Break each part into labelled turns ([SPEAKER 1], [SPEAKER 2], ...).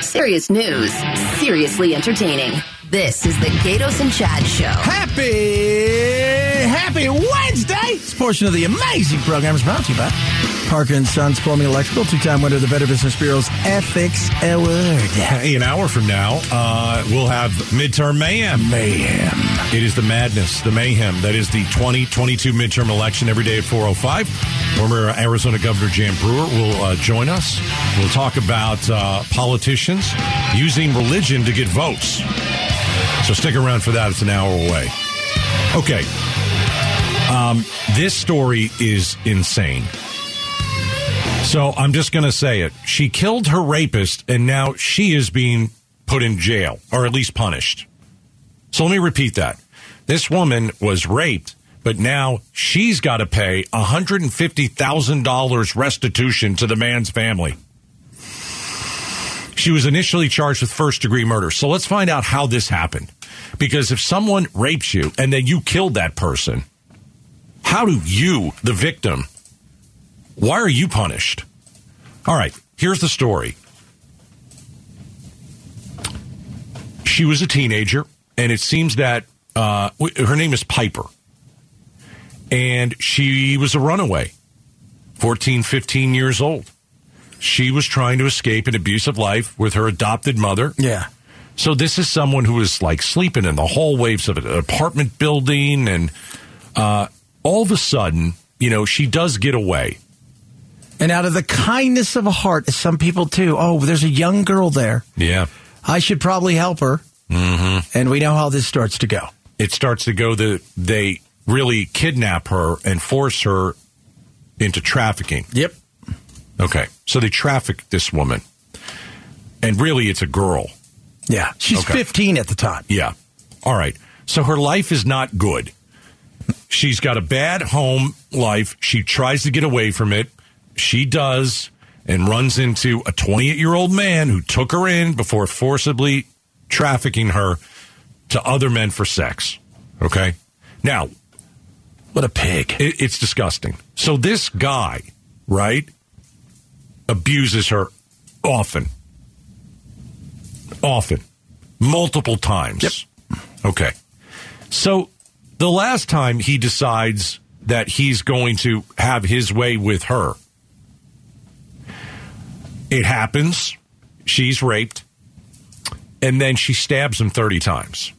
[SPEAKER 1] Serious news, seriously entertaining. This is the Gatos and Chad Show.
[SPEAKER 2] Happy, happy Wednesday! This portion of the amazing program is brought to you by Parker and Sons Plumbing Electrical, two-time winner of the Better Business Bureau's Ethics Award.
[SPEAKER 3] Hey, an hour from now, uh, we'll have midterm mayhem.
[SPEAKER 2] Mayhem.
[SPEAKER 3] It is the madness, the mayhem. That is the 2022 midterm election every day at 4:05. Former Arizona Governor Jan Brewer will uh, join us. We'll talk about uh, politicians using religion to get votes. So stick around for that. It's an hour away. Okay. Um, this story is insane. So I'm just going to say it. She killed her rapist, and now she is being put in jail, or at least punished. So let me repeat that. This woman was raped, but now she's got to pay $150,000 restitution to the man's family. She was initially charged with first degree murder. So let's find out how this happened. Because if someone rapes you and then you killed that person, how do you, the victim, why are you punished? All right, here's the story. She was a teenager, and it seems that uh, w- her name is Piper. And she was a runaway, 14, 15 years old. She was trying to escape an abusive life with her adopted mother.
[SPEAKER 2] Yeah.
[SPEAKER 3] So this is someone who is like sleeping in the hallways of an apartment building, and uh, all of a sudden, you know, she does get away.
[SPEAKER 2] And out of the kindness of a heart, some people too, oh, there's a young girl there.
[SPEAKER 3] Yeah,
[SPEAKER 2] I should probably help her. Mm-hmm. And we know how this starts to go.
[SPEAKER 3] it starts to go that they really kidnap her and force her into trafficking.
[SPEAKER 2] Yep.
[SPEAKER 3] Okay, so they traffic this woman, and really, it's a girl.
[SPEAKER 2] Yeah. She's
[SPEAKER 3] Okay.
[SPEAKER 2] 15 at the time.
[SPEAKER 3] Yeah. All right. So her life is not good. She's got a bad home life. She tries to get away from it. She does and runs into a 28 year old man who took her in before forcibly trafficking her to other men for sex. Okay. Now,
[SPEAKER 2] What a pig.
[SPEAKER 3] it, it's disgusting. So this guy, right, abuses her often, often, multiple times. Yep. Okay. So the last time he decides that he's going to have his way with her, it happens. She's raped, and then she stabs him thirty times.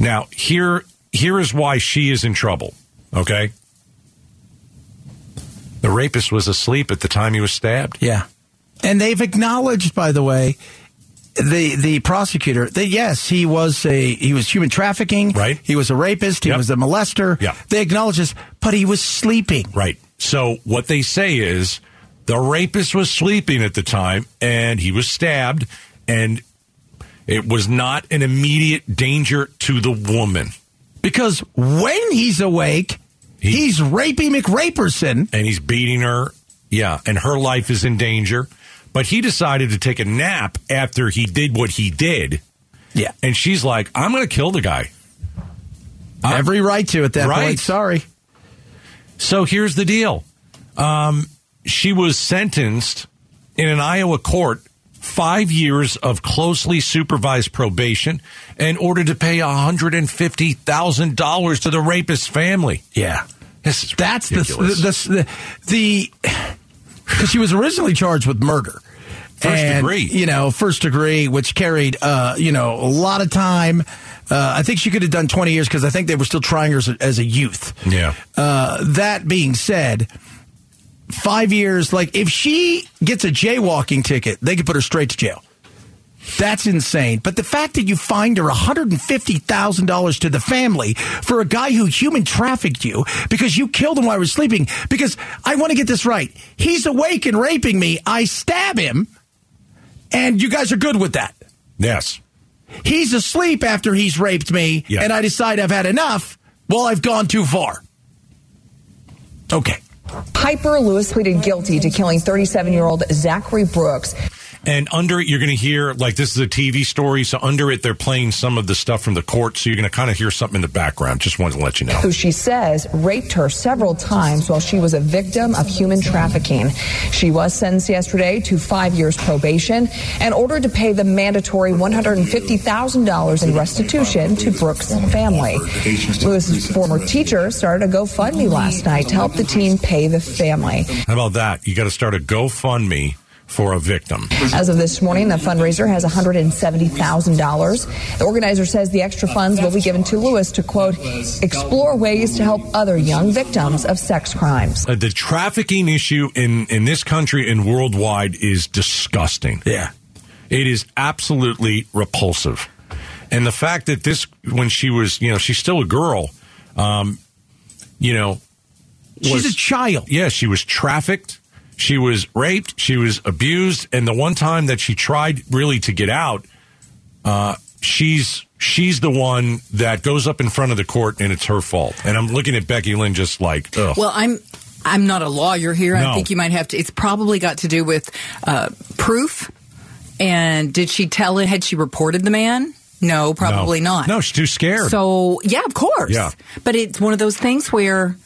[SPEAKER 3] Now, here here is why she is in trouble, okay? The rapist was asleep at the time he was stabbed.
[SPEAKER 2] Yeah. And they've acknowledged, by the way, the the prosecutor that yes, he was a he was human trafficking.
[SPEAKER 3] Right.
[SPEAKER 2] He was a rapist. He
[SPEAKER 3] Yep.
[SPEAKER 2] was a molester.
[SPEAKER 3] Yeah.
[SPEAKER 2] They acknowledge this, but he was sleeping.
[SPEAKER 3] Right. So what they say is the rapist was sleeping at the time and he was stabbed and it was not an immediate danger to the woman.
[SPEAKER 2] Because when he's awake,
[SPEAKER 3] He-
[SPEAKER 2] he's rapey McRaperson.
[SPEAKER 3] and he's beating her. Yeah, and her life is in danger. But he decided to take a nap after he did what he did.
[SPEAKER 2] Yeah.
[SPEAKER 3] And she's like, I'm going to kill the guy.
[SPEAKER 2] Every right to at that
[SPEAKER 3] Right.
[SPEAKER 2] point. Sorry.
[SPEAKER 3] So here's the deal. Um, she was sentenced in an Iowa court five years of closely supervised probation and ordered to pay $150,000 to the rapist's family.
[SPEAKER 2] Yeah.
[SPEAKER 3] This is
[SPEAKER 2] That's the
[SPEAKER 3] ridiculous.
[SPEAKER 2] the the because she was originally charged with murder.
[SPEAKER 3] First
[SPEAKER 2] And,
[SPEAKER 3] degree.
[SPEAKER 2] you know, first degree, which carried, uh, you know, a lot of time. Uh, I think she could have done 20 years because I think they were still trying her as a, as a youth.
[SPEAKER 3] yeah.
[SPEAKER 2] Uh, that being said, five years, like if she gets a jaywalking ticket, they could put her straight to jail. That's insane. But the fact that you fined her $150,000 to the family for a guy who human trafficked you because you killed him while he was sleeping, because I want to get this right. He's awake and raping me. I stab him, and you guys are good with that.
[SPEAKER 3] yes.
[SPEAKER 2] He's asleep after he's raped me,
[SPEAKER 3] Yeah.
[SPEAKER 2] and I decide I've had enough. Well, I've gone too far. Okay.
[SPEAKER 4] Piper Lewis pleaded guilty to killing 37 year old Zachary Brooks
[SPEAKER 3] And under it, you're going to hear like this is a TV story, so under it they're playing some of the stuff from the court, so you're going to kind of hear something in the background. Just wanted to let you know.
[SPEAKER 4] who she says raped her several times while she was a victim of human trafficking. She was sentenced yesterday to five years probation and ordered to pay the mandatory $150,000 in restitution to Brooks' family. Lewis's former teacher started a GoFundMe last night to help the teen pay the family.
[SPEAKER 3] How about that? You got to start a GoFundMe for a victim.
[SPEAKER 4] As of this morning, the fundraiser has $170,000. The organizer says the extra funds will be given to Lewis to, quote, explore ways to help other young victims of sex crimes.
[SPEAKER 3] Uh, the trafficking issue in in this country and worldwide is disgusting.
[SPEAKER 2] Yeah.
[SPEAKER 3] It is absolutely repulsive. And the fact that this, when she was, you know, she's still a girl, um, you know,
[SPEAKER 2] She's
[SPEAKER 3] was-
[SPEAKER 2] a child.
[SPEAKER 3] Yeah, she was trafficked. She was raped. She was abused. And the one time that she tried really to get out, uh, she's she's the one that goes up in front of the court, and it's her fault. And I'm looking at Becky Lynn just like, ugh.
[SPEAKER 5] Well, I'm I'm not a lawyer here.
[SPEAKER 3] No.
[SPEAKER 5] I think you might have to. It's probably got to do with uh, proof. And did she tell it? Had she reported the man? No,
[SPEAKER 3] No.
[SPEAKER 5] probably not.
[SPEAKER 3] No, she's too scared.
[SPEAKER 5] So yeah, of course.
[SPEAKER 3] Yeah.
[SPEAKER 5] But it's one of those things where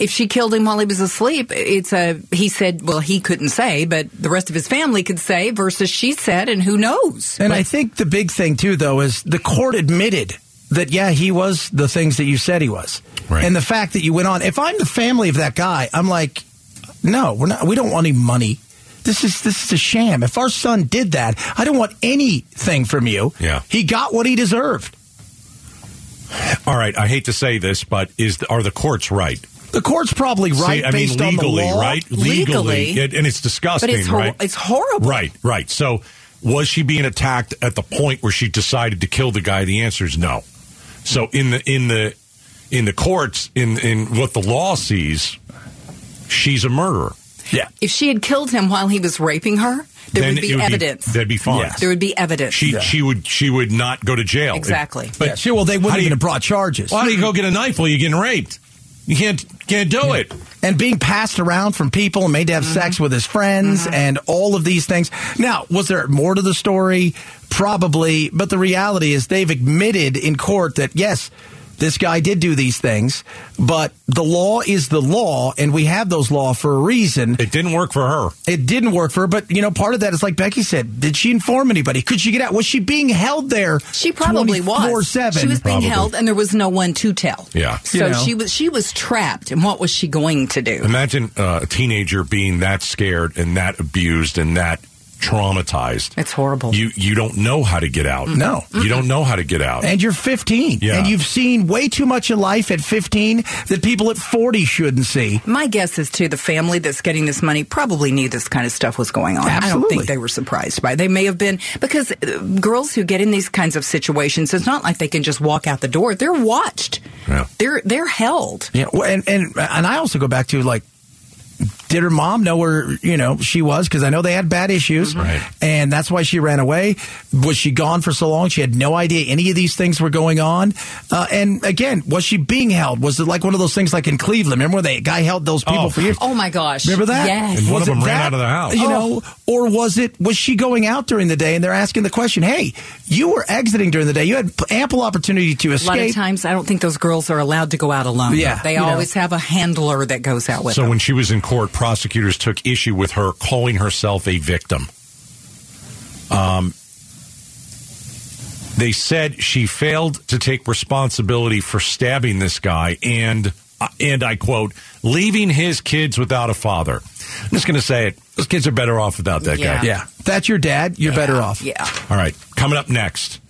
[SPEAKER 5] if she killed him while he was asleep, it's a he said. Well, he couldn't say, but the rest of his family could say. Versus she said, and who knows?
[SPEAKER 2] And I think the big thing too, though, is the court admitted that yeah, he was the things that you said he was,
[SPEAKER 3] Right.
[SPEAKER 2] and the fact that you went on. If I'm the family of that guy, I'm like, no, we're not. We don't want any money. This is this is a sham. If our son did that, I don't want anything from you.
[SPEAKER 3] Yeah.
[SPEAKER 2] he got what he deserved.
[SPEAKER 3] all right, I hate to say this, but is the, are the courts right?
[SPEAKER 2] The court's probably right
[SPEAKER 3] See, I
[SPEAKER 2] based
[SPEAKER 3] mean, legally,
[SPEAKER 2] on the law.
[SPEAKER 3] right? Legally,
[SPEAKER 5] Legally.
[SPEAKER 3] It- and it's disgusting,
[SPEAKER 5] But it's hor-
[SPEAKER 3] right?
[SPEAKER 5] it's horrible.
[SPEAKER 3] Right, right. So, was she being attacked at the point where she decided to kill the guy? The answer is no. So in the in the in the courts, in in what the law sees, she's a murderer.
[SPEAKER 2] Yeah,
[SPEAKER 5] If she had killed him while he was raping her, there
[SPEAKER 3] Then
[SPEAKER 5] would be
[SPEAKER 3] it
[SPEAKER 5] evidence.
[SPEAKER 3] that'd be fine.
[SPEAKER 2] Yes.
[SPEAKER 5] there would be evidence.
[SPEAKER 3] She she would she would not go to jail.
[SPEAKER 5] Exactly.
[SPEAKER 3] But
[SPEAKER 2] yeah. Sure, well, they
[SPEAKER 3] How
[SPEAKER 2] wouldn't
[SPEAKER 3] do you-
[SPEAKER 2] even have brought charges.
[SPEAKER 3] why do you go get a knife while you're getting raped? You can't can't do it.
[SPEAKER 2] and being passed around from people and made to have
[SPEAKER 3] Mm-hmm.
[SPEAKER 2] sex with his friends and all of these things. Now, was there more to the story? Probably, but the reality is they've admitted in court that yes, this guy did do these things, but the law is the law and we have those law for a reason.
[SPEAKER 3] It didn't work for her.
[SPEAKER 2] It didn't work for her, but you know, part of that is like Becky said, did she inform anybody? Could she get out? Was she being held there?
[SPEAKER 5] She probably was.
[SPEAKER 2] 24/7?
[SPEAKER 5] She was being
[SPEAKER 3] Probably.
[SPEAKER 5] held, and there was no one to tell.
[SPEAKER 3] Yeah.
[SPEAKER 5] So
[SPEAKER 2] You know.
[SPEAKER 5] she was she was trapped, and what was she going to do?
[SPEAKER 3] Imagine uh, a teenager being that scared and that abused and that traumatized.
[SPEAKER 5] It's horrible.
[SPEAKER 3] You you don't know how to get out.
[SPEAKER 2] No.
[SPEAKER 3] you don't know how to get out.
[SPEAKER 2] and you're 15
[SPEAKER 3] Yeah.
[SPEAKER 2] and you've seen way too much of life at 15 that people at 40 shouldn't see
[SPEAKER 5] My guess is too the family that's getting this money probably knew this kind of stuff was going on. I don't
[SPEAKER 2] Absolutely.
[SPEAKER 5] think they were surprised by. It. They may have been because uh, girls who get in these kinds of situations, it's not like they can just walk out the door. They're watched.
[SPEAKER 3] Yeah.
[SPEAKER 5] They're they're held.
[SPEAKER 2] yeah well, and and and i also go back to like did her mom know where you know she was because i know they had bad issues
[SPEAKER 3] Mm-hmm. Right.
[SPEAKER 2] and that's why she ran away was she gone for so long she had no idea any of these things were going on uh, and again was she being held was it like one of those things like in cleveland remember when they guy held those people
[SPEAKER 3] Oh.
[SPEAKER 2] for years
[SPEAKER 5] Oh my gosh!
[SPEAKER 2] Remember that?
[SPEAKER 5] Yes.
[SPEAKER 3] And one
[SPEAKER 2] Was
[SPEAKER 3] of them
[SPEAKER 2] it
[SPEAKER 3] ran
[SPEAKER 2] that,
[SPEAKER 3] out of the house.
[SPEAKER 2] You
[SPEAKER 3] Oh.
[SPEAKER 2] know, or was it was she going out during the day and they're asking the question, "Hey, you were exiting during the day. You had p- ample opportunity to
[SPEAKER 5] A lot of
[SPEAKER 2] escape."
[SPEAKER 5] times, I don't think those girls are allowed to go out alone.
[SPEAKER 2] Yeah,
[SPEAKER 5] they
[SPEAKER 2] you know.
[SPEAKER 5] always have a handler that goes out with
[SPEAKER 3] so
[SPEAKER 5] them.
[SPEAKER 3] when she was in court, prosecutors took issue with her calling herself a victim. Um, they said she failed to take responsibility for stabbing this guy and uh, and I quote, leaving his kids without a father. I'm just going to say it. Those kids are better off without that
[SPEAKER 5] Yeah.
[SPEAKER 3] guy.
[SPEAKER 2] yeah. That's your dad. You're better off.
[SPEAKER 5] Yeah.
[SPEAKER 3] All right, coming up next.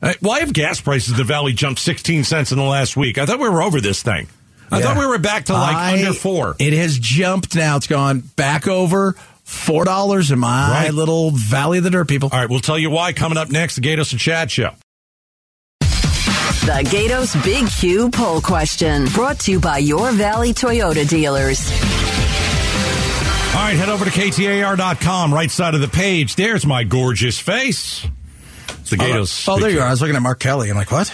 [SPEAKER 3] Uh, Why have gas prices in the valley jumped 16 cents in the last week? I thought we were over this thing. I
[SPEAKER 2] Yeah.
[SPEAKER 3] thought we were back to like
[SPEAKER 2] I-
[SPEAKER 3] under four.
[SPEAKER 2] It has jumped now. It's gone back over four dollars in my
[SPEAKER 3] Right.
[SPEAKER 2] little valley of the dirt, people.
[SPEAKER 3] All right, we'll tell you why coming up next. The Gatos and Chad Show.
[SPEAKER 1] The Gatos Big Q poll question brought to you by your Valley Toyota dealers.
[SPEAKER 3] All right, head over to KTAR.com, right side of the page. There's my gorgeous face. It's the Gatos.
[SPEAKER 2] Oh, there you are. I was looking at Mark Kelly. I'm like, what?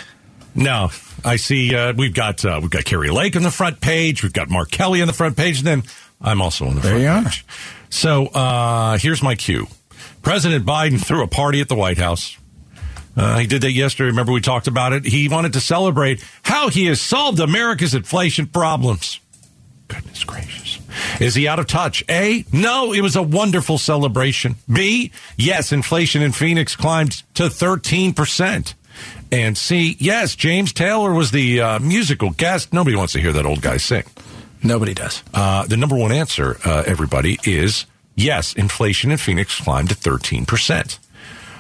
[SPEAKER 3] No, I see. Uh, we've got uh, we've got Carrie Lake on the front page. We've got Mark Kelly on the front page. And then I'm also on the
[SPEAKER 2] There
[SPEAKER 3] front
[SPEAKER 2] you are.
[SPEAKER 3] page. So uh, here's my cue. President Biden threw a party at the White House. Uh, he did that yesterday. Remember, we talked about it. He wanted to celebrate how he has solved America's inflation problems. Goodness gracious. Is he out of touch? A, no, it was a wonderful celebration. B, yes, inflation in Phoenix climbed to 13%. And C, yes, James Taylor was the uh, musical guest. Nobody wants to hear that old guy sing.
[SPEAKER 2] Nobody does.
[SPEAKER 3] Uh, the number one answer, uh, everybody, is yes, inflation in Phoenix climbed to 13%.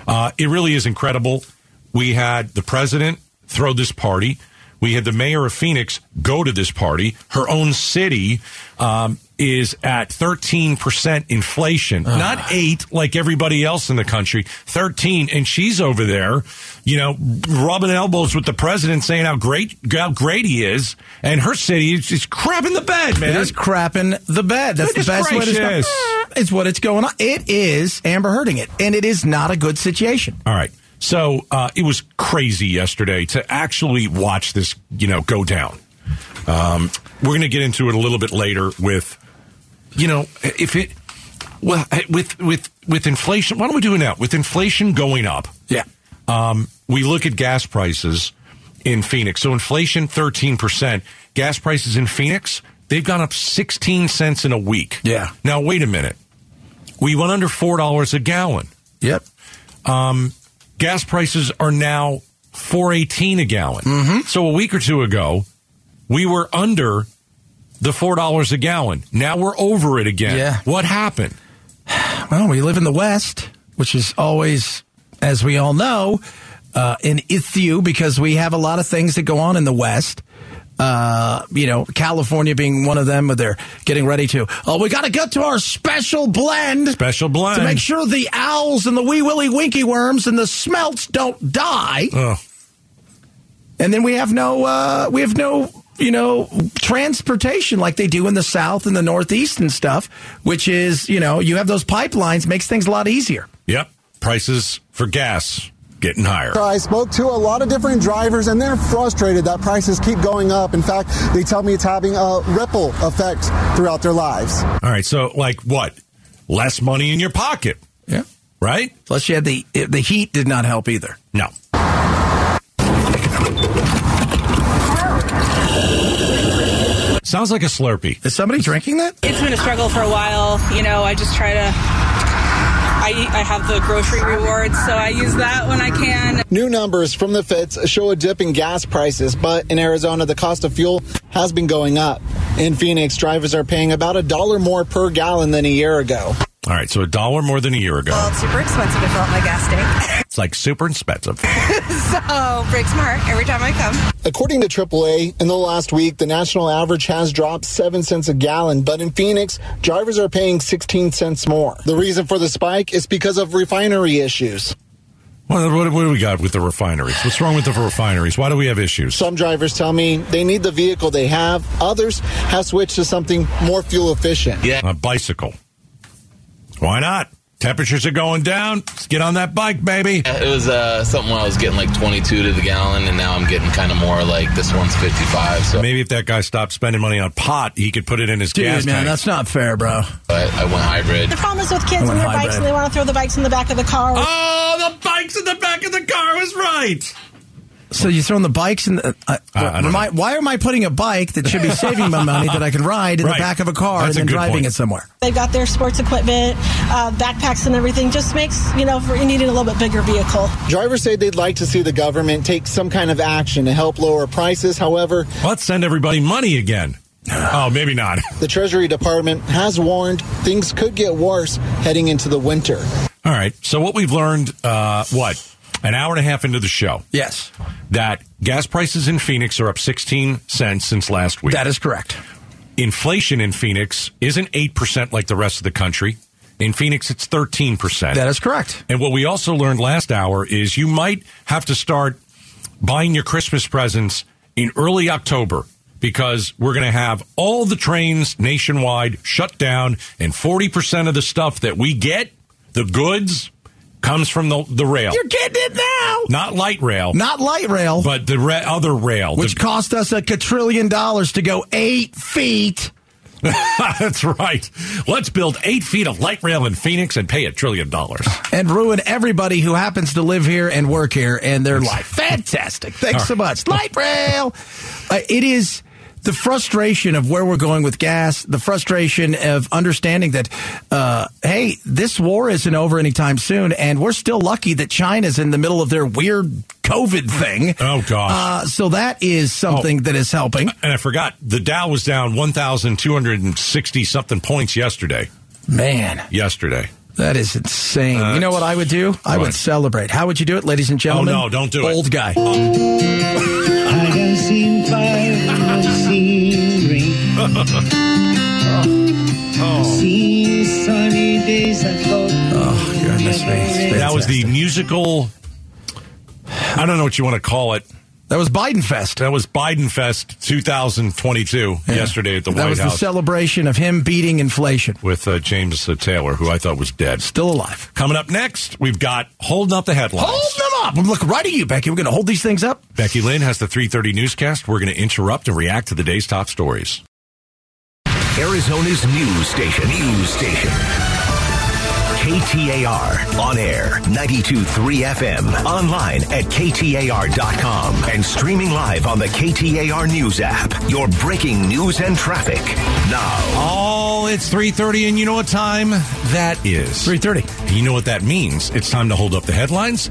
[SPEAKER 3] Uh, it really is incredible. We had the president throw this party. We had the mayor of Phoenix go to this party. Her own city um, is at 13% inflation, not eight like everybody else in the country, 13. And she's over there, you know, rubbing elbows with the president saying how great, how great he is. And her city is just crapping the bed, man.
[SPEAKER 2] It is crapping the bed. That's the
[SPEAKER 3] Goodness
[SPEAKER 2] best way to
[SPEAKER 3] gracious.
[SPEAKER 2] stop. It's what it's going on. It is Amber hurting it, and it is not a good situation.
[SPEAKER 3] All right. So uh, it was crazy yesterday to actually watch this, you know, go down. Um, we're going to get into it a little bit later with, you know, if it, well, with with with inflation. Why don't we do it now? With inflation going up,
[SPEAKER 2] Yeah.
[SPEAKER 3] um, we look at gas prices in Phoenix. So inflation thirteen percent. Gas prices in Phoenix they've gone up sixteen cents in a week.
[SPEAKER 2] Yeah.
[SPEAKER 3] Now wait a minute. We went under four dollars a gallon
[SPEAKER 2] Yep.
[SPEAKER 3] gas prices are now 418 a gallon.
[SPEAKER 2] Mm-hmm.
[SPEAKER 3] So a week or two ago, we were under the $4 a gallon. Now we're over it again.
[SPEAKER 2] Yeah.
[SPEAKER 3] What happened?
[SPEAKER 2] Well, we live in the West, which is always, as we all know, uh, an issue because we have a lot of things that go on in the West. Uh, you know, California being one of them, but they're getting ready to. Oh, we got to get to our special blend.
[SPEAKER 3] Special blend.
[SPEAKER 2] To make sure the owls and the wee willy winky worms and the smelts don't die.
[SPEAKER 3] Oh,
[SPEAKER 2] and then we have no uh, we have no you know transportation like they do in the south and the northeast and stuff which is you know you have those pipelines makes things a lot easier
[SPEAKER 3] yep. Prices for gas getting higher.
[SPEAKER 6] I spoke to a lot of different drivers, and they're frustrated that prices keep going up. In fact, they tell me it's having a ripple effect throughout their lives.
[SPEAKER 3] All right. So, like what? Less money in your pocket,
[SPEAKER 2] yeah
[SPEAKER 3] right?
[SPEAKER 2] plus you had the the heat did not help either
[SPEAKER 3] No. Sounds like a Slurpee.
[SPEAKER 2] is somebody drinking that
[SPEAKER 7] It's been a struggle for a while. You know, I just try to. I, I have the grocery rewards, so I use that when I can.
[SPEAKER 6] New numbers from the feds show a dip in gas prices, but in Arizona, the cost of fuel has been going up. In Phoenix, drivers are paying about a dollar more per gallon than a year ago.
[SPEAKER 3] All right. So, a dollar more than a year ago.
[SPEAKER 8] Well, it's super expensive to fill up my gas tank.
[SPEAKER 3] It's like super expensive.
[SPEAKER 8] so, break smart every time I come.
[SPEAKER 6] According to AAA, in the last week, the national average has dropped 7 cents a gallon, but in Phoenix, drivers are paying 16 cents more. The reason for the spike is because of refinery issues.
[SPEAKER 3] What, what, what do we got with the refineries? What's wrong with the refineries? Why do we have issues?
[SPEAKER 6] Some drivers tell me they need the vehicle they have, others have switched to something more fuel efficient.
[SPEAKER 3] A bicycle. Why not? Temperatures are going down. Let's get on that bike, baby.
[SPEAKER 9] It was uh, something where I was getting like 22 to the gallon, and now I'm getting kind of more like this one's 55. So
[SPEAKER 3] Maybe if that guy stopped spending money on pot, he could put it in his gas tank.
[SPEAKER 2] not fair bro
[SPEAKER 9] I, I went hybrid.
[SPEAKER 10] The problem is with kids and their
[SPEAKER 2] hybrid.
[SPEAKER 10] bikes, and they want to throw the bikes in the back of the car.
[SPEAKER 3] oh, the bike's in the back of the car was right.
[SPEAKER 2] so you're throwing the bikes in the uh,
[SPEAKER 3] I don't
[SPEAKER 2] remind- why am i putting a bike that should be saving my money that i can ride in
[SPEAKER 3] Right.
[SPEAKER 2] the back of a car
[SPEAKER 3] That's a
[SPEAKER 2] and
[SPEAKER 3] good
[SPEAKER 2] then driving
[SPEAKER 3] point.
[SPEAKER 2] it somewhere
[SPEAKER 10] They've got their sports equipment, uh, backpacks, and everything. Just makes you know for you needing a little bit bigger vehicle.
[SPEAKER 6] Drivers say they'd like to see the government take some kind of action to help lower prices. However,
[SPEAKER 3] Let's send everybody money again. Oh, maybe not.
[SPEAKER 6] the Treasury Department has warned things could get worse heading into the winter.
[SPEAKER 3] All right. So what we've learned, uh, what an hour and a half into the show,
[SPEAKER 2] yes
[SPEAKER 3] that gas prices in Phoenix are up 16 cents since last week.
[SPEAKER 2] that is correct
[SPEAKER 3] inflation in Phoenix isn't 8% like the rest of the country. In Phoenix, it's 13%.
[SPEAKER 2] that is correct
[SPEAKER 3] and what we also learned last hour is you might have to start buying your Christmas presents in early October because we're going to have all the trains nationwide shut down, and 40% of the stuff that we get, the goods, comes from the, the rail.
[SPEAKER 2] you're getting it now
[SPEAKER 3] Not light rail,
[SPEAKER 2] not light rail
[SPEAKER 3] but the re- other rail.
[SPEAKER 2] which
[SPEAKER 3] the-
[SPEAKER 2] cost us a quadrillion dollars to go eight feet
[SPEAKER 3] That's right. Let's build eight feet of light rail in Phoenix and pay a trillion dollars.
[SPEAKER 2] and ruin everybody who happens to live here and work here and their life. Fantastic. Thanks so much. Light rail. Uh, it is the frustration of where we're going with gas, the frustration of understanding that, uh, hey, this war isn't over anytime soon, and we're still lucky that China's in the middle of their weird COVID thing.
[SPEAKER 3] Oh, gosh. Oh.
[SPEAKER 2] Uh, so that is something that is helping.
[SPEAKER 3] And I forgot the Dow was down 1,260 something points yesterday.
[SPEAKER 2] Man.
[SPEAKER 3] Yesterday.
[SPEAKER 2] That is insane. you know what I would do? I
[SPEAKER 3] what?
[SPEAKER 2] would celebrate. How would you do it, ladies and
[SPEAKER 3] Oh,
[SPEAKER 2] gentlemen?
[SPEAKER 3] no, don't do it. Um,
[SPEAKER 2] Old guy.
[SPEAKER 11] I done seen fire, I've seen rain, seen sunny days. I thought
[SPEAKER 2] Oh, goodness me.
[SPEAKER 3] That was the musical. I don't know what you want to call it.
[SPEAKER 2] That was Biden Fest.
[SPEAKER 3] That was Biden Fest 2022 yesterday at the
[SPEAKER 2] that
[SPEAKER 3] White
[SPEAKER 2] was the
[SPEAKER 3] House
[SPEAKER 2] celebration of him beating inflation.
[SPEAKER 3] with uh, James uh, Taylor, who I thought was dead.
[SPEAKER 2] Still alive.
[SPEAKER 3] Coming up next, we've got holding up the headlines.
[SPEAKER 2] Hold them up. I'm looking right at you, Becky. We're going to hold these things up.
[SPEAKER 3] Becky Lynn has the 3:30 newscast. We're going to interrupt and react to the day's top stories.
[SPEAKER 12] Arizona's news station. News station. KTAR on air 923 FM online at ktar.com and streaming live on the KTAR news app. Your breaking news and traffic now.
[SPEAKER 3] Oh, it's 3:30 and you know what time that is?
[SPEAKER 2] 3:30.
[SPEAKER 3] You know what that means? It's time to hold up the headlines.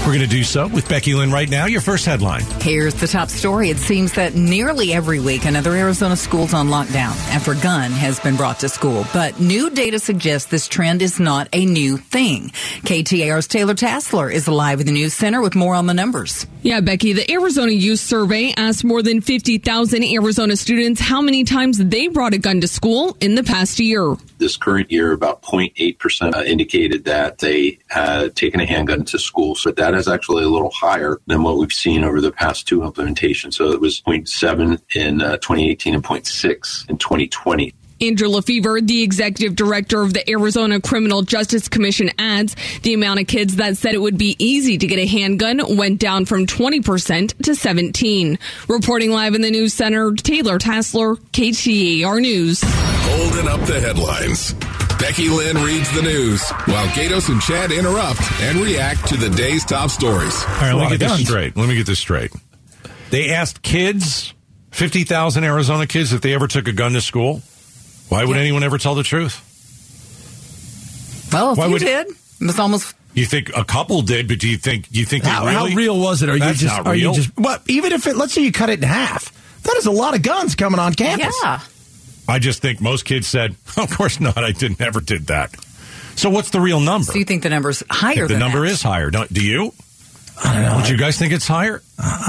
[SPEAKER 3] We're going to do so with Becky Lynn right now. Your first headline.
[SPEAKER 5] Here's the top story. It seems that nearly every week another Arizona school's on lockdown after a gun has been brought to school. But new data suggests this trend is not a new thing. KTAR's Taylor Tassler is live at the news center with more on the numbers.
[SPEAKER 4] Yeah, Becky, the Arizona Youth Survey asked more than 50,000 Arizona students how many times they brought a gun to school in the past year.
[SPEAKER 10] this current year, about 0.8% uh, indicated that they had taken a handgun to school. So that is actually a little higher than what we've seen over the past two implementations. So it was 0.7 in uh, 2018 and 0.6 in 2020.
[SPEAKER 4] Andrew Lefevre, the executive director of the Arizona Criminal Justice Commission, adds the amount of kids that said it would be easy to get a handgun went down from 20% to 17. Reporting live in the news center, Taylor Tassler, KTAR News.
[SPEAKER 13] Holding up the headlines. Becky Lynn reads the news while Gatos and Chad interrupt and react to the day's top stories.
[SPEAKER 3] All right, let me get this straight. Let me get this straight. They asked kids, 50,000 Arizona kids, if they ever took a gun to school. Why would anyone ever tell the truth?
[SPEAKER 5] Well, if
[SPEAKER 3] Why
[SPEAKER 5] you
[SPEAKER 3] would-
[SPEAKER 5] did, it was almost
[SPEAKER 3] You think a couple did, but do you think you think they
[SPEAKER 2] How,
[SPEAKER 3] really?
[SPEAKER 2] how real was it? Are
[SPEAKER 3] That's
[SPEAKER 2] you just?
[SPEAKER 3] not
[SPEAKER 2] Are
[SPEAKER 3] real.
[SPEAKER 2] you just? What? Even if it, let's say you cut it in half, that is a lot of guns coming on campus.
[SPEAKER 5] yeah.
[SPEAKER 3] I just think most kids said, "Of course not. I did never did that." So what's the real number?
[SPEAKER 5] So you think the number's
[SPEAKER 3] I
[SPEAKER 5] higher
[SPEAKER 3] think the
[SPEAKER 5] than
[SPEAKER 3] number
[SPEAKER 5] that?
[SPEAKER 3] is higher. Don't, do you? Don't you guys think it's higher?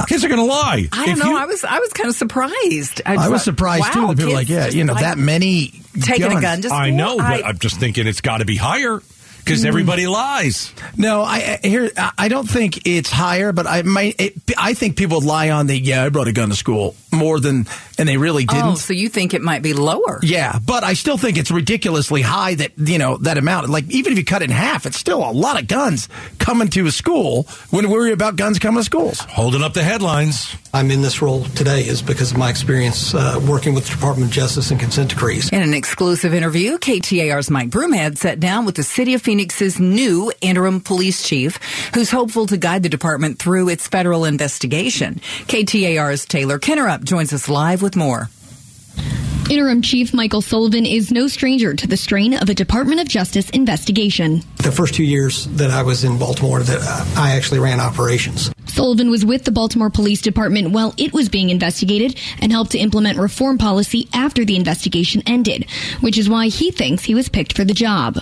[SPEAKER 3] Kids are going to lie.
[SPEAKER 5] Uh, I don't
[SPEAKER 3] If
[SPEAKER 5] know.
[SPEAKER 3] you-
[SPEAKER 5] I was I was kind of surprised.
[SPEAKER 2] I, was
[SPEAKER 5] just thought,
[SPEAKER 2] surprised too.
[SPEAKER 5] wow,
[SPEAKER 2] That people were like,
[SPEAKER 5] kids
[SPEAKER 2] yeah,
[SPEAKER 5] just
[SPEAKER 2] you know,
[SPEAKER 5] like-
[SPEAKER 2] that many
[SPEAKER 5] Taking
[SPEAKER 2] guns.
[SPEAKER 5] a gun to
[SPEAKER 3] I know,
[SPEAKER 5] I- Hmm.
[SPEAKER 3] but I'm just thinking it's got to be higher because everybody lies.
[SPEAKER 2] No, I I- here. I I don't think it's higher, but I might. It, I think people lie on the yeah. I brought a gun to school more than, and they really didn't.
[SPEAKER 5] Oh, so you think it might be lower?
[SPEAKER 2] Yeah, but I still think it's ridiculously high that you know that amount. Like even if you cut it in half, it's still a lot of guns coming to a school. When worry about guns coming to schools.
[SPEAKER 3] Holding up the headlines.
[SPEAKER 14] I'm in this role today is because of my experience uh, working with the Department of Justice and consent decrees.
[SPEAKER 5] In an exclusive interview, KTAR's Mike Broomhead sat down with the City of Phoenix's new interim police chief, who's hopeful to guide the department through its federal investigation. KTAR's Taylor Kinnerup joins us live with more.
[SPEAKER 15] Interim Chief Michael Sullivan is no stranger to the strain of a Department of Justice investigation.
[SPEAKER 14] The first two years that I was in Baltimore, that uh, I actually ran operations.
[SPEAKER 15] Sullivan was with the Baltimore Police Department while it was being investigated and helped to implement reform policy after the investigation ended, which is why he thinks he was picked for the job.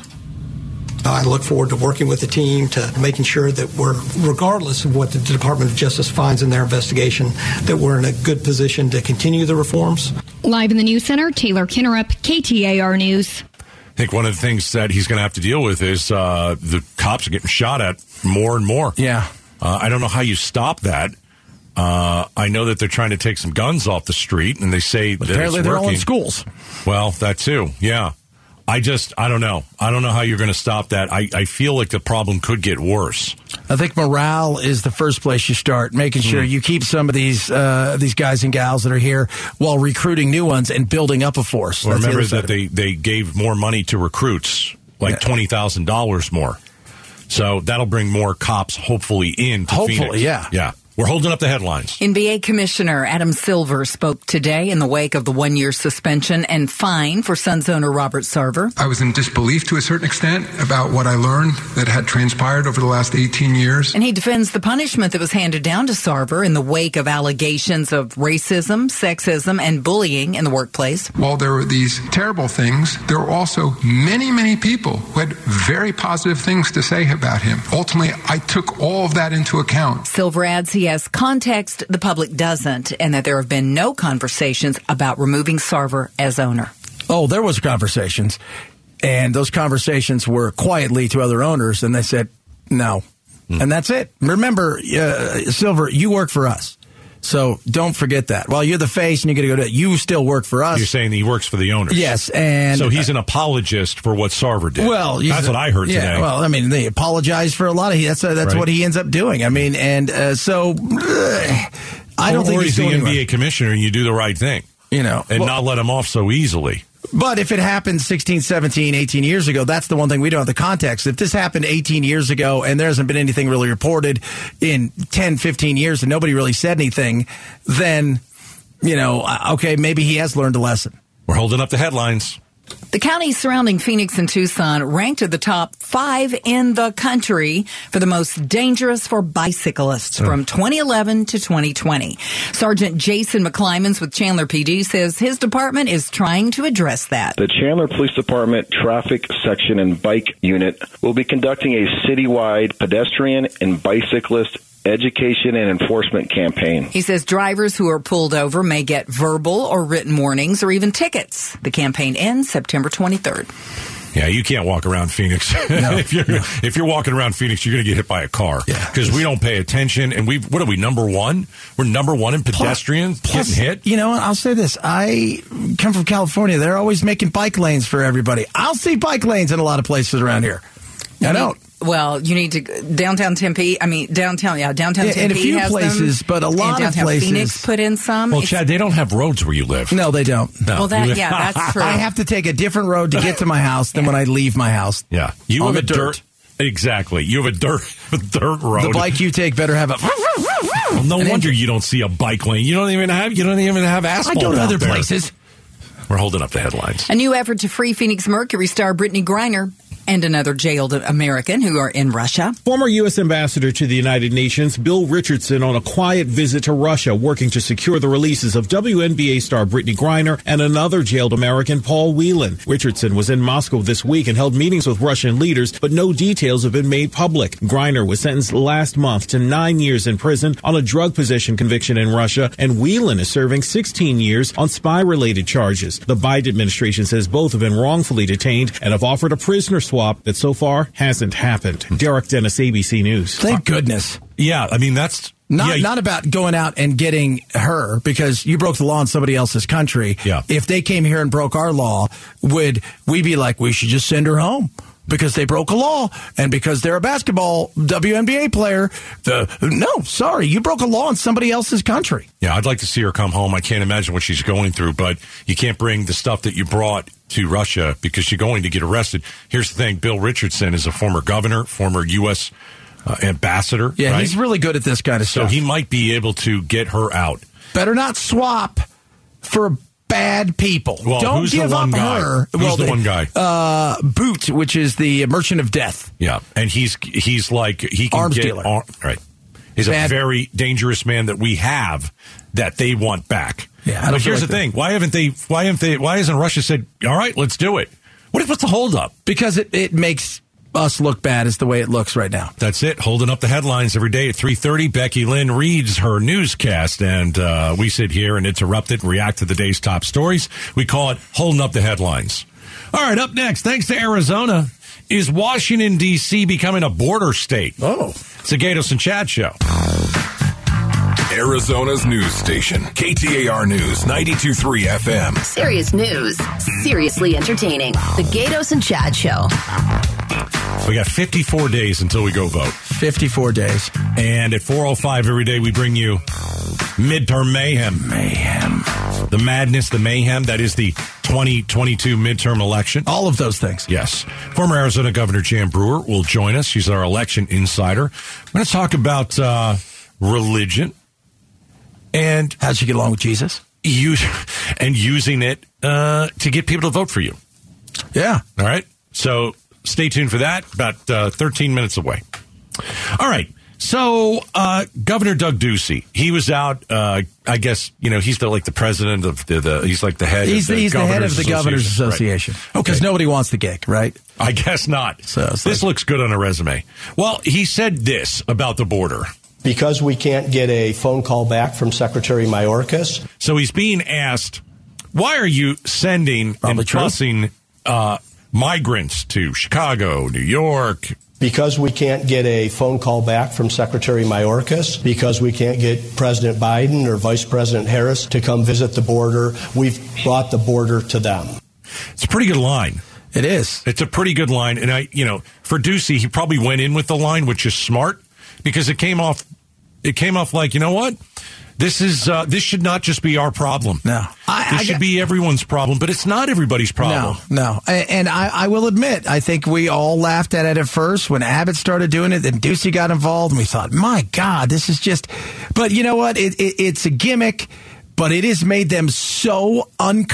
[SPEAKER 14] I look forward to working with the team to making sure that we're, regardless of what the Department of Justice finds in their investigation, that we're in a good position to continue the reforms.
[SPEAKER 15] Live in the news center, Taylor Kinnerup, KTAR News.
[SPEAKER 3] I think one of the things that he's going to have to deal with is uh, the cops are getting shot at more and more.
[SPEAKER 2] Yeah.
[SPEAKER 3] Uh, I don't know how you stop that. Uh, I know that they're trying to take some guns off the street, and they say that
[SPEAKER 2] Apparently,
[SPEAKER 3] it's
[SPEAKER 2] they're all in
[SPEAKER 3] working.
[SPEAKER 2] schools.
[SPEAKER 3] Well, that too. Yeah. I just, I don't know. I don't know how you're going to stop that. I, I feel like the problem could get worse.
[SPEAKER 2] I think morale is the first place you start, making sure
[SPEAKER 3] Hmm.
[SPEAKER 2] you keep some of these uh, these guys and gals that are here while recruiting new ones and building up a force.
[SPEAKER 3] Well,
[SPEAKER 2] That's the
[SPEAKER 3] remember
[SPEAKER 2] other side
[SPEAKER 3] that
[SPEAKER 2] of it.
[SPEAKER 3] they, they gave more money to recruits, like twenty thousand dollars more. So that'll bring more cops, hopefully, in. To
[SPEAKER 5] Hopefully,
[SPEAKER 3] Phoenix.
[SPEAKER 5] yeah.
[SPEAKER 3] yeah. We're holding up the headlines.
[SPEAKER 5] NBA Commissioner Adam Silver spoke today in the wake of the one year suspension and fine for Suns owner Robert Sarver.
[SPEAKER 16] I was in disbelief to a certain extent about what I learned that had transpired over the last 18 years.
[SPEAKER 5] And he defends the punishment that was handed down to Sarver in the wake of allegations of racism, sexism, and bullying in the workplace.
[SPEAKER 16] While there were these terrible things, there were also many, many people who had very positive things to say about him. Ultimately, I took all of that into account.
[SPEAKER 5] Silver adds he has context the public doesn't, and that there have been no conversations about removing Sarver as owner.
[SPEAKER 2] Oh, there was conversations, and those conversations were quietly to other owners, and they said no,
[SPEAKER 3] Hmm.
[SPEAKER 2] and that's it. Remember, uh, Silver, you work for us, so don't forget that. While you're the face and you're going to go to, you still work for us.
[SPEAKER 3] You're saying that he works for the owners.
[SPEAKER 2] Yes, and-
[SPEAKER 3] so he's an apologist for what Sarver did.
[SPEAKER 2] Well, you-
[SPEAKER 3] that's what I heard
[SPEAKER 2] yeah,
[SPEAKER 3] today.
[SPEAKER 2] Well, I mean, they apologize for a lot of that's uh, that's
[SPEAKER 3] Right.
[SPEAKER 2] what he ends up doing. I mean, and uh, so bleh, I don't
[SPEAKER 3] or,
[SPEAKER 2] think
[SPEAKER 3] or
[SPEAKER 2] he's
[SPEAKER 3] he's the
[SPEAKER 2] going
[SPEAKER 3] NBA
[SPEAKER 2] anywhere.
[SPEAKER 3] commissioner, and you do the right thing,
[SPEAKER 2] you know,
[SPEAKER 3] and
[SPEAKER 2] Well-
[SPEAKER 3] not let him off so easily.
[SPEAKER 2] But if it happened 16, 17, 18 years ago, that's the one thing we don't have the context. If this happened 18 years ago and there hasn't been anything really reported in 10, 15 years and nobody really said anything, then, you know, uh, okay, maybe he has learned a lesson.
[SPEAKER 3] We're holding up the headlines.
[SPEAKER 5] The counties surrounding Phoenix and Tucson ranked at the top five in the country for the most dangerous for bicyclists from 2011 to 2020. Sergeant Jason McClymans with Chandler PD says his department is trying to address that.
[SPEAKER 17] The Chandler Police Department Traffic Section and Bike Unit will be conducting a citywide pedestrian and bicyclist education and enforcement campaign.
[SPEAKER 5] He says drivers who are pulled over may get verbal or written warnings or even tickets. The campaign ends September 23rd.
[SPEAKER 3] Yeah, you can't walk around Phoenix. if you're if you're walking around Phoenix, you're going to get hit by a car because we don't pay attention. And we what are we number one? We're number one in pedestrians
[SPEAKER 2] Plus,
[SPEAKER 3] getting hit.
[SPEAKER 2] You know, I'll say this. I come from California. They're always making bike lanes for everybody. I'll see bike lanes in a lot of places around here. I don't.
[SPEAKER 5] Well, you need to downtown Tempe. I mean, downtown, yeah, downtown
[SPEAKER 2] Yeah, in
[SPEAKER 5] Tempe
[SPEAKER 2] a few
[SPEAKER 5] has them.
[SPEAKER 2] places, but a
[SPEAKER 5] And
[SPEAKER 2] lot of
[SPEAKER 5] downtown
[SPEAKER 2] places-
[SPEAKER 5] Phoenix put in some.
[SPEAKER 3] Well,
[SPEAKER 5] It's-
[SPEAKER 3] Chad, they don't have roads where you live.
[SPEAKER 2] No, they don't.
[SPEAKER 3] No.
[SPEAKER 5] Well, that- yeah, that's true.
[SPEAKER 2] I have to take a different road to get to my house than when I leave my house.
[SPEAKER 3] Yeah, you
[SPEAKER 2] On
[SPEAKER 3] have
[SPEAKER 2] the
[SPEAKER 3] a dirt. Exactly, you have a dirt a dirt road.
[SPEAKER 2] The bike you take better have a.
[SPEAKER 3] Well, no wonder you don't see a bike lane. You don't even have you don't even have asphalt.
[SPEAKER 2] go to
[SPEAKER 3] out
[SPEAKER 2] other
[SPEAKER 3] there.
[SPEAKER 2] places.
[SPEAKER 3] We're holding up the headlines.
[SPEAKER 5] A new effort to free Phoenix Mercury star Brittany Griner and another jailed American who are in Russia.
[SPEAKER 18] Former U.S. Ambassador to the United Nations Bill Richardson on a quiet visit to Russia, working to secure the releases of WNBA star Brittany Griner and another jailed American, Paul Whelan. Richardson was in Moscow this week and held meetings with Russian leaders, but no details have been made public. Griner was sentenced last month to nine years in prison on a drug possession conviction in Russia, and Whelan is serving 16 years on spy related charges. The Biden administration says both have been wrongfully detained and have offered a prisoner swap that so far hasn't happened. Derek Dennis, ABC News.
[SPEAKER 2] Thank goodness.
[SPEAKER 3] Yeah, I mean that's
[SPEAKER 2] Not not about going out and getting her because you broke the law in somebody else's country. Yeah. If they came here and broke our law, would we be like we should just send her home? Because they broke a law, and because they're a basketball WNBA player, the no, sorry, you broke a law in somebody else's country.
[SPEAKER 3] Yeah, I'd like to see her come home. I can't imagine what she's going through, but you can't bring the stuff that you brought to Russia because you're going to get arrested. Here's the thing Bill Richardson is a former governor, former U.S. Uh, ambassador.
[SPEAKER 2] Yeah,
[SPEAKER 3] right?
[SPEAKER 2] he's really good at this kind of
[SPEAKER 3] So
[SPEAKER 2] stuff.
[SPEAKER 3] he might be able to get her out.
[SPEAKER 2] Better not swap for bad people.
[SPEAKER 3] Well,
[SPEAKER 2] Don't
[SPEAKER 3] who's the
[SPEAKER 2] give
[SPEAKER 3] one
[SPEAKER 2] up
[SPEAKER 3] guy?
[SPEAKER 2] her.
[SPEAKER 3] Who's the one guy?
[SPEAKER 2] Uh, Boot, which is the merchant of death.
[SPEAKER 3] Yeah, and he's he's like he can
[SPEAKER 2] Arms
[SPEAKER 3] get
[SPEAKER 2] dealer.
[SPEAKER 3] ar- right. He's
[SPEAKER 2] Bad-
[SPEAKER 3] a very dangerous man that we have that they want back.
[SPEAKER 2] Yeah, I don't
[SPEAKER 3] but
[SPEAKER 2] feel
[SPEAKER 3] here's
[SPEAKER 2] like
[SPEAKER 3] the thing: why haven't they? Why haven't they? Why hasn't Russia said, "All right, let's do it"? What, what's the holdup?
[SPEAKER 2] Because it, it makes us look bad is the way it looks right now.
[SPEAKER 3] That's it. Holding up the headlines every day at 3.30. Becky Lynn reads her newscast, and uh, we sit here and interrupt it and react to the day's top stories. We call it Holding Up the Headlines. All right, up next, thanks to Arizona, is Washington, D.C. becoming a border state?
[SPEAKER 2] Oh.
[SPEAKER 3] It's a Gatos and Chad show.
[SPEAKER 19] Arizona's news station, KTAR News 92.3 FM.
[SPEAKER 1] Serious news, seriously entertaining. The Gatos and Chad Show.
[SPEAKER 3] We got 54 days until we go vote.
[SPEAKER 2] 54 days.
[SPEAKER 3] And at 4.05 every day, we bring you midterm mayhem. Mayhem. The madness, the mayhem. That is the 2022 midterm election.
[SPEAKER 2] All of those things.
[SPEAKER 3] Yes. Former Arizona Governor Jan Brewer will join us. She's our election insider. We're going to talk about uh, religion and
[SPEAKER 2] how'd you get along with Jesus?
[SPEAKER 3] You and using it uh, to get people to vote for you.
[SPEAKER 2] Yeah.
[SPEAKER 3] All right. So stay tuned for that. About uh, 13 minutes away. All right. So uh, Governor Doug Ducey, he was out. Uh, I guess you know he's the like the president of the. the he's like the head.
[SPEAKER 2] He's,
[SPEAKER 3] of the,
[SPEAKER 2] he's the head of the Governors
[SPEAKER 3] Association.
[SPEAKER 2] Association.
[SPEAKER 3] Right.
[SPEAKER 2] Because nobody wants the gig, right?
[SPEAKER 3] I guess not.
[SPEAKER 2] So it's
[SPEAKER 3] this looks good on a resume. Well, he said this about the border.
[SPEAKER 15] Because we can't get a phone call back from Secretary Mayorkas.
[SPEAKER 3] So he's being asked, why are you sending and
[SPEAKER 15] Trump.
[SPEAKER 3] busing uh, migrants to Chicago, New York?
[SPEAKER 15] Because we can't get a phone call back from Secretary Mayorkas, because we can't get President Biden or Vice President Harris to come visit the border, we've brought the border to them.
[SPEAKER 3] It's a pretty good line.
[SPEAKER 2] It is.
[SPEAKER 3] It's a pretty good line, and I, you know, for Ducey, he probably went in with the line, which is smart because it came off. It came off like you know what. This is uh, this should not just be our problem.
[SPEAKER 2] No,
[SPEAKER 3] this should be everyone's problem, but it's not everybody's problem.
[SPEAKER 2] No, no. A- And I, I will admit, I think we all laughed at it at first when Abbott started doing it, then Ducey got involved, and we thought, my God, this is just. But you know what? It, it, it's a gimmick. But it has made them so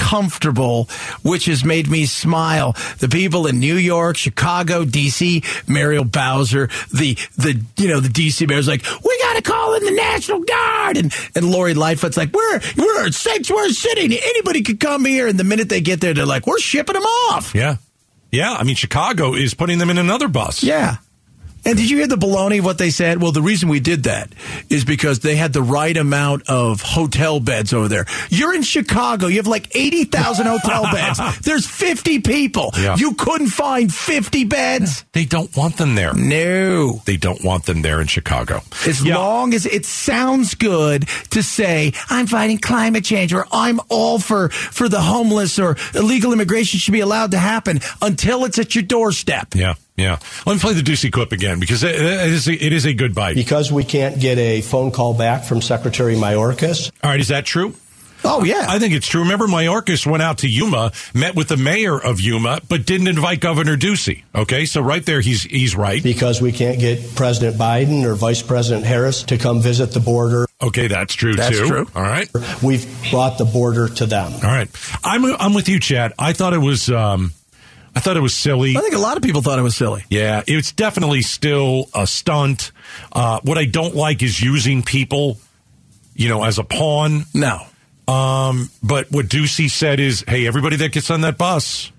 [SPEAKER 2] uncomfortable, which has made me smile. The people in New York, Chicago, D.C., Mario Bowser, the the you know the D.C. mayor's like, we got to call in the National Guard, and and Lori Lightfoot's like, we're we're a sanctuary city, anybody could come here. And the minute they get there, they're like, we're shipping them off.
[SPEAKER 3] Yeah, yeah. I mean, Chicago is putting them in another bus.
[SPEAKER 2] Yeah. And did you hear the baloney of what they said? Well, the reason we did that is because they had the right amount of hotel beds over there. You're in Chicago. You have like 80,000 hotel beds. There's 50 people.
[SPEAKER 3] Yeah.
[SPEAKER 2] You couldn't find 50 beds.
[SPEAKER 3] They don't want them there.
[SPEAKER 2] No.
[SPEAKER 3] They don't want them there in Chicago.
[SPEAKER 2] As long as it sounds good to say, I'm fighting climate change or I'm all for, for the homeless or illegal immigration should be allowed to happen until it's at your doorstep.
[SPEAKER 3] Yeah, yeah. Let me play the Ducey clip again because it, it, is, a, it is a good bite.
[SPEAKER 15] Because we can't get a phone call back from Secretary Mayorkas.
[SPEAKER 3] All right, is that true?
[SPEAKER 2] Oh, yeah.
[SPEAKER 3] I think it's true. Remember, Mayorkas went out to Yuma, met with the mayor of Yuma, but didn't invite Governor Ducey. Okay, so right there, he's he's right.
[SPEAKER 15] Because we can't get President Biden or Vice President Harris to come visit the border,
[SPEAKER 3] Okay, that's true
[SPEAKER 15] That's
[SPEAKER 3] too.
[SPEAKER 15] true.
[SPEAKER 3] All right,
[SPEAKER 15] we've brought the border to them.
[SPEAKER 3] all right. I'm I'm with you, Chad. I thought it was um, I thought it was silly.
[SPEAKER 2] I think a lot of people thought it was silly.
[SPEAKER 3] Yeah, it's definitely still a stunt. Uh, what I don't like is using people, you know, as a pawn.
[SPEAKER 2] No.
[SPEAKER 3] Um, but what Ducey said is, "Hey, everybody that gets on that bus,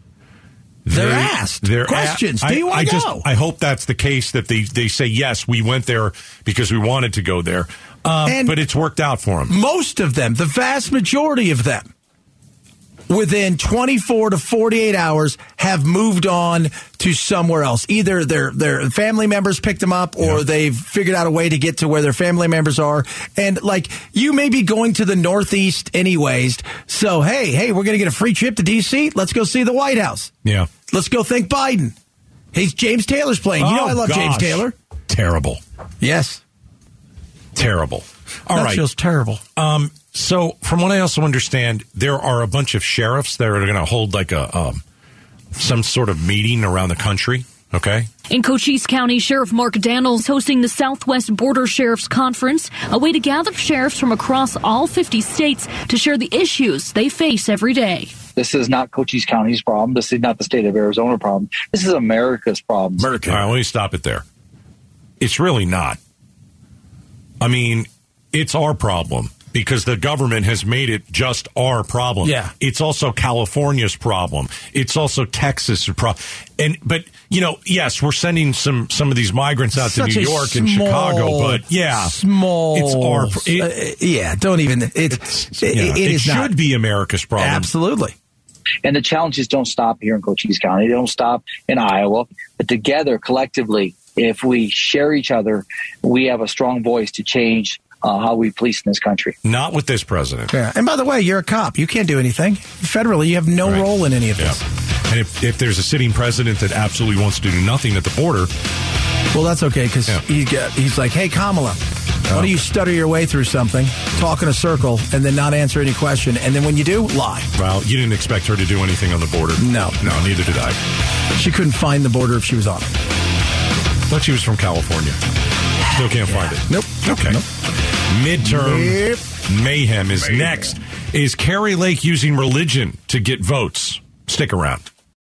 [SPEAKER 2] They're asked questions.
[SPEAKER 3] a-
[SPEAKER 2] Do you wanna
[SPEAKER 3] I just-
[SPEAKER 2] go?
[SPEAKER 3] I hope that's the case that they they say yes. We went there because we wanted to go there, um,
[SPEAKER 2] And-
[SPEAKER 3] but it's worked out for them.
[SPEAKER 2] most of them, the vast majority of them, within 24 to 48 hours have moved on to somewhere else. Either their their family members picked them up or they've figured out a way to get to where their family members are. And like you may be going to the northeast anyways. So hey, hey, we're going to get a free trip to DC. Let's go see the White House.
[SPEAKER 3] Yeah.
[SPEAKER 2] Let's go thank Biden. He's James Taylor's playing. you know
[SPEAKER 3] Oh,
[SPEAKER 2] I love James
[SPEAKER 3] gosh.
[SPEAKER 2] Taylor.
[SPEAKER 3] Terrible,
[SPEAKER 2] Yes.
[SPEAKER 3] terrible. All
[SPEAKER 2] that
[SPEAKER 3] right.
[SPEAKER 2] feels terrible.
[SPEAKER 3] Um, so, from what I also understand, there are a bunch of sheriffs that are going to hold like a um, some sort of meeting around the country. Okay,
[SPEAKER 20] In Cochise County, Sheriff Mark Daniels is hosting the Southwest Border Sheriff's Conference, a way to gather sheriffs from across all 50 states to share the issues they face every day.
[SPEAKER 21] This is not Cochise County's problem. This is not the state of Arizona problem. This is America's problem.
[SPEAKER 3] America. All right, let me stop it there. It's really not. I mean, it's our problem because the government has made it just our problem.
[SPEAKER 2] Yeah.
[SPEAKER 3] It's also California's problem. It's also Texas' problem. And but you know, yes, we're sending some some of these migrants out
[SPEAKER 2] Such
[SPEAKER 3] to New
[SPEAKER 2] a
[SPEAKER 3] York and
[SPEAKER 2] small-
[SPEAKER 3] Chicago, but yeah,
[SPEAKER 2] small.
[SPEAKER 3] It's our. pr- It,
[SPEAKER 2] uh, yeah, don't even. It, it,
[SPEAKER 3] yeah,
[SPEAKER 2] it,
[SPEAKER 3] it
[SPEAKER 2] is
[SPEAKER 3] should
[SPEAKER 2] not.
[SPEAKER 3] be America's problem.
[SPEAKER 2] Absolutely.
[SPEAKER 21] And the challenges don't stop here in Cochise County. They don't stop in Iowa. But together, collectively, if we share each other, we have a strong voice to change uh, how we police in this country.
[SPEAKER 3] Not with this president.
[SPEAKER 2] Yeah. And by the way, you're a cop. You can't do anything. Federally, you have no role in any of this.
[SPEAKER 3] And if, if there's a sitting president that absolutely wants to do nothing at the border,
[SPEAKER 2] Well, that's okay because he got he's like, hey, Kamala, why do you stutter your way through something, talk in a circle, and then not answer any question? And then when you do, lie.
[SPEAKER 3] well, you didn't expect her to do anything on the border.
[SPEAKER 2] No.
[SPEAKER 3] No, neither did I.
[SPEAKER 2] She couldn't find the border if she was on it.
[SPEAKER 3] Thought she was from California. Still can't find it. Nope. Okay. Midterm mayhem is next. Is Carrie Lake using religion to get votes? Stick around.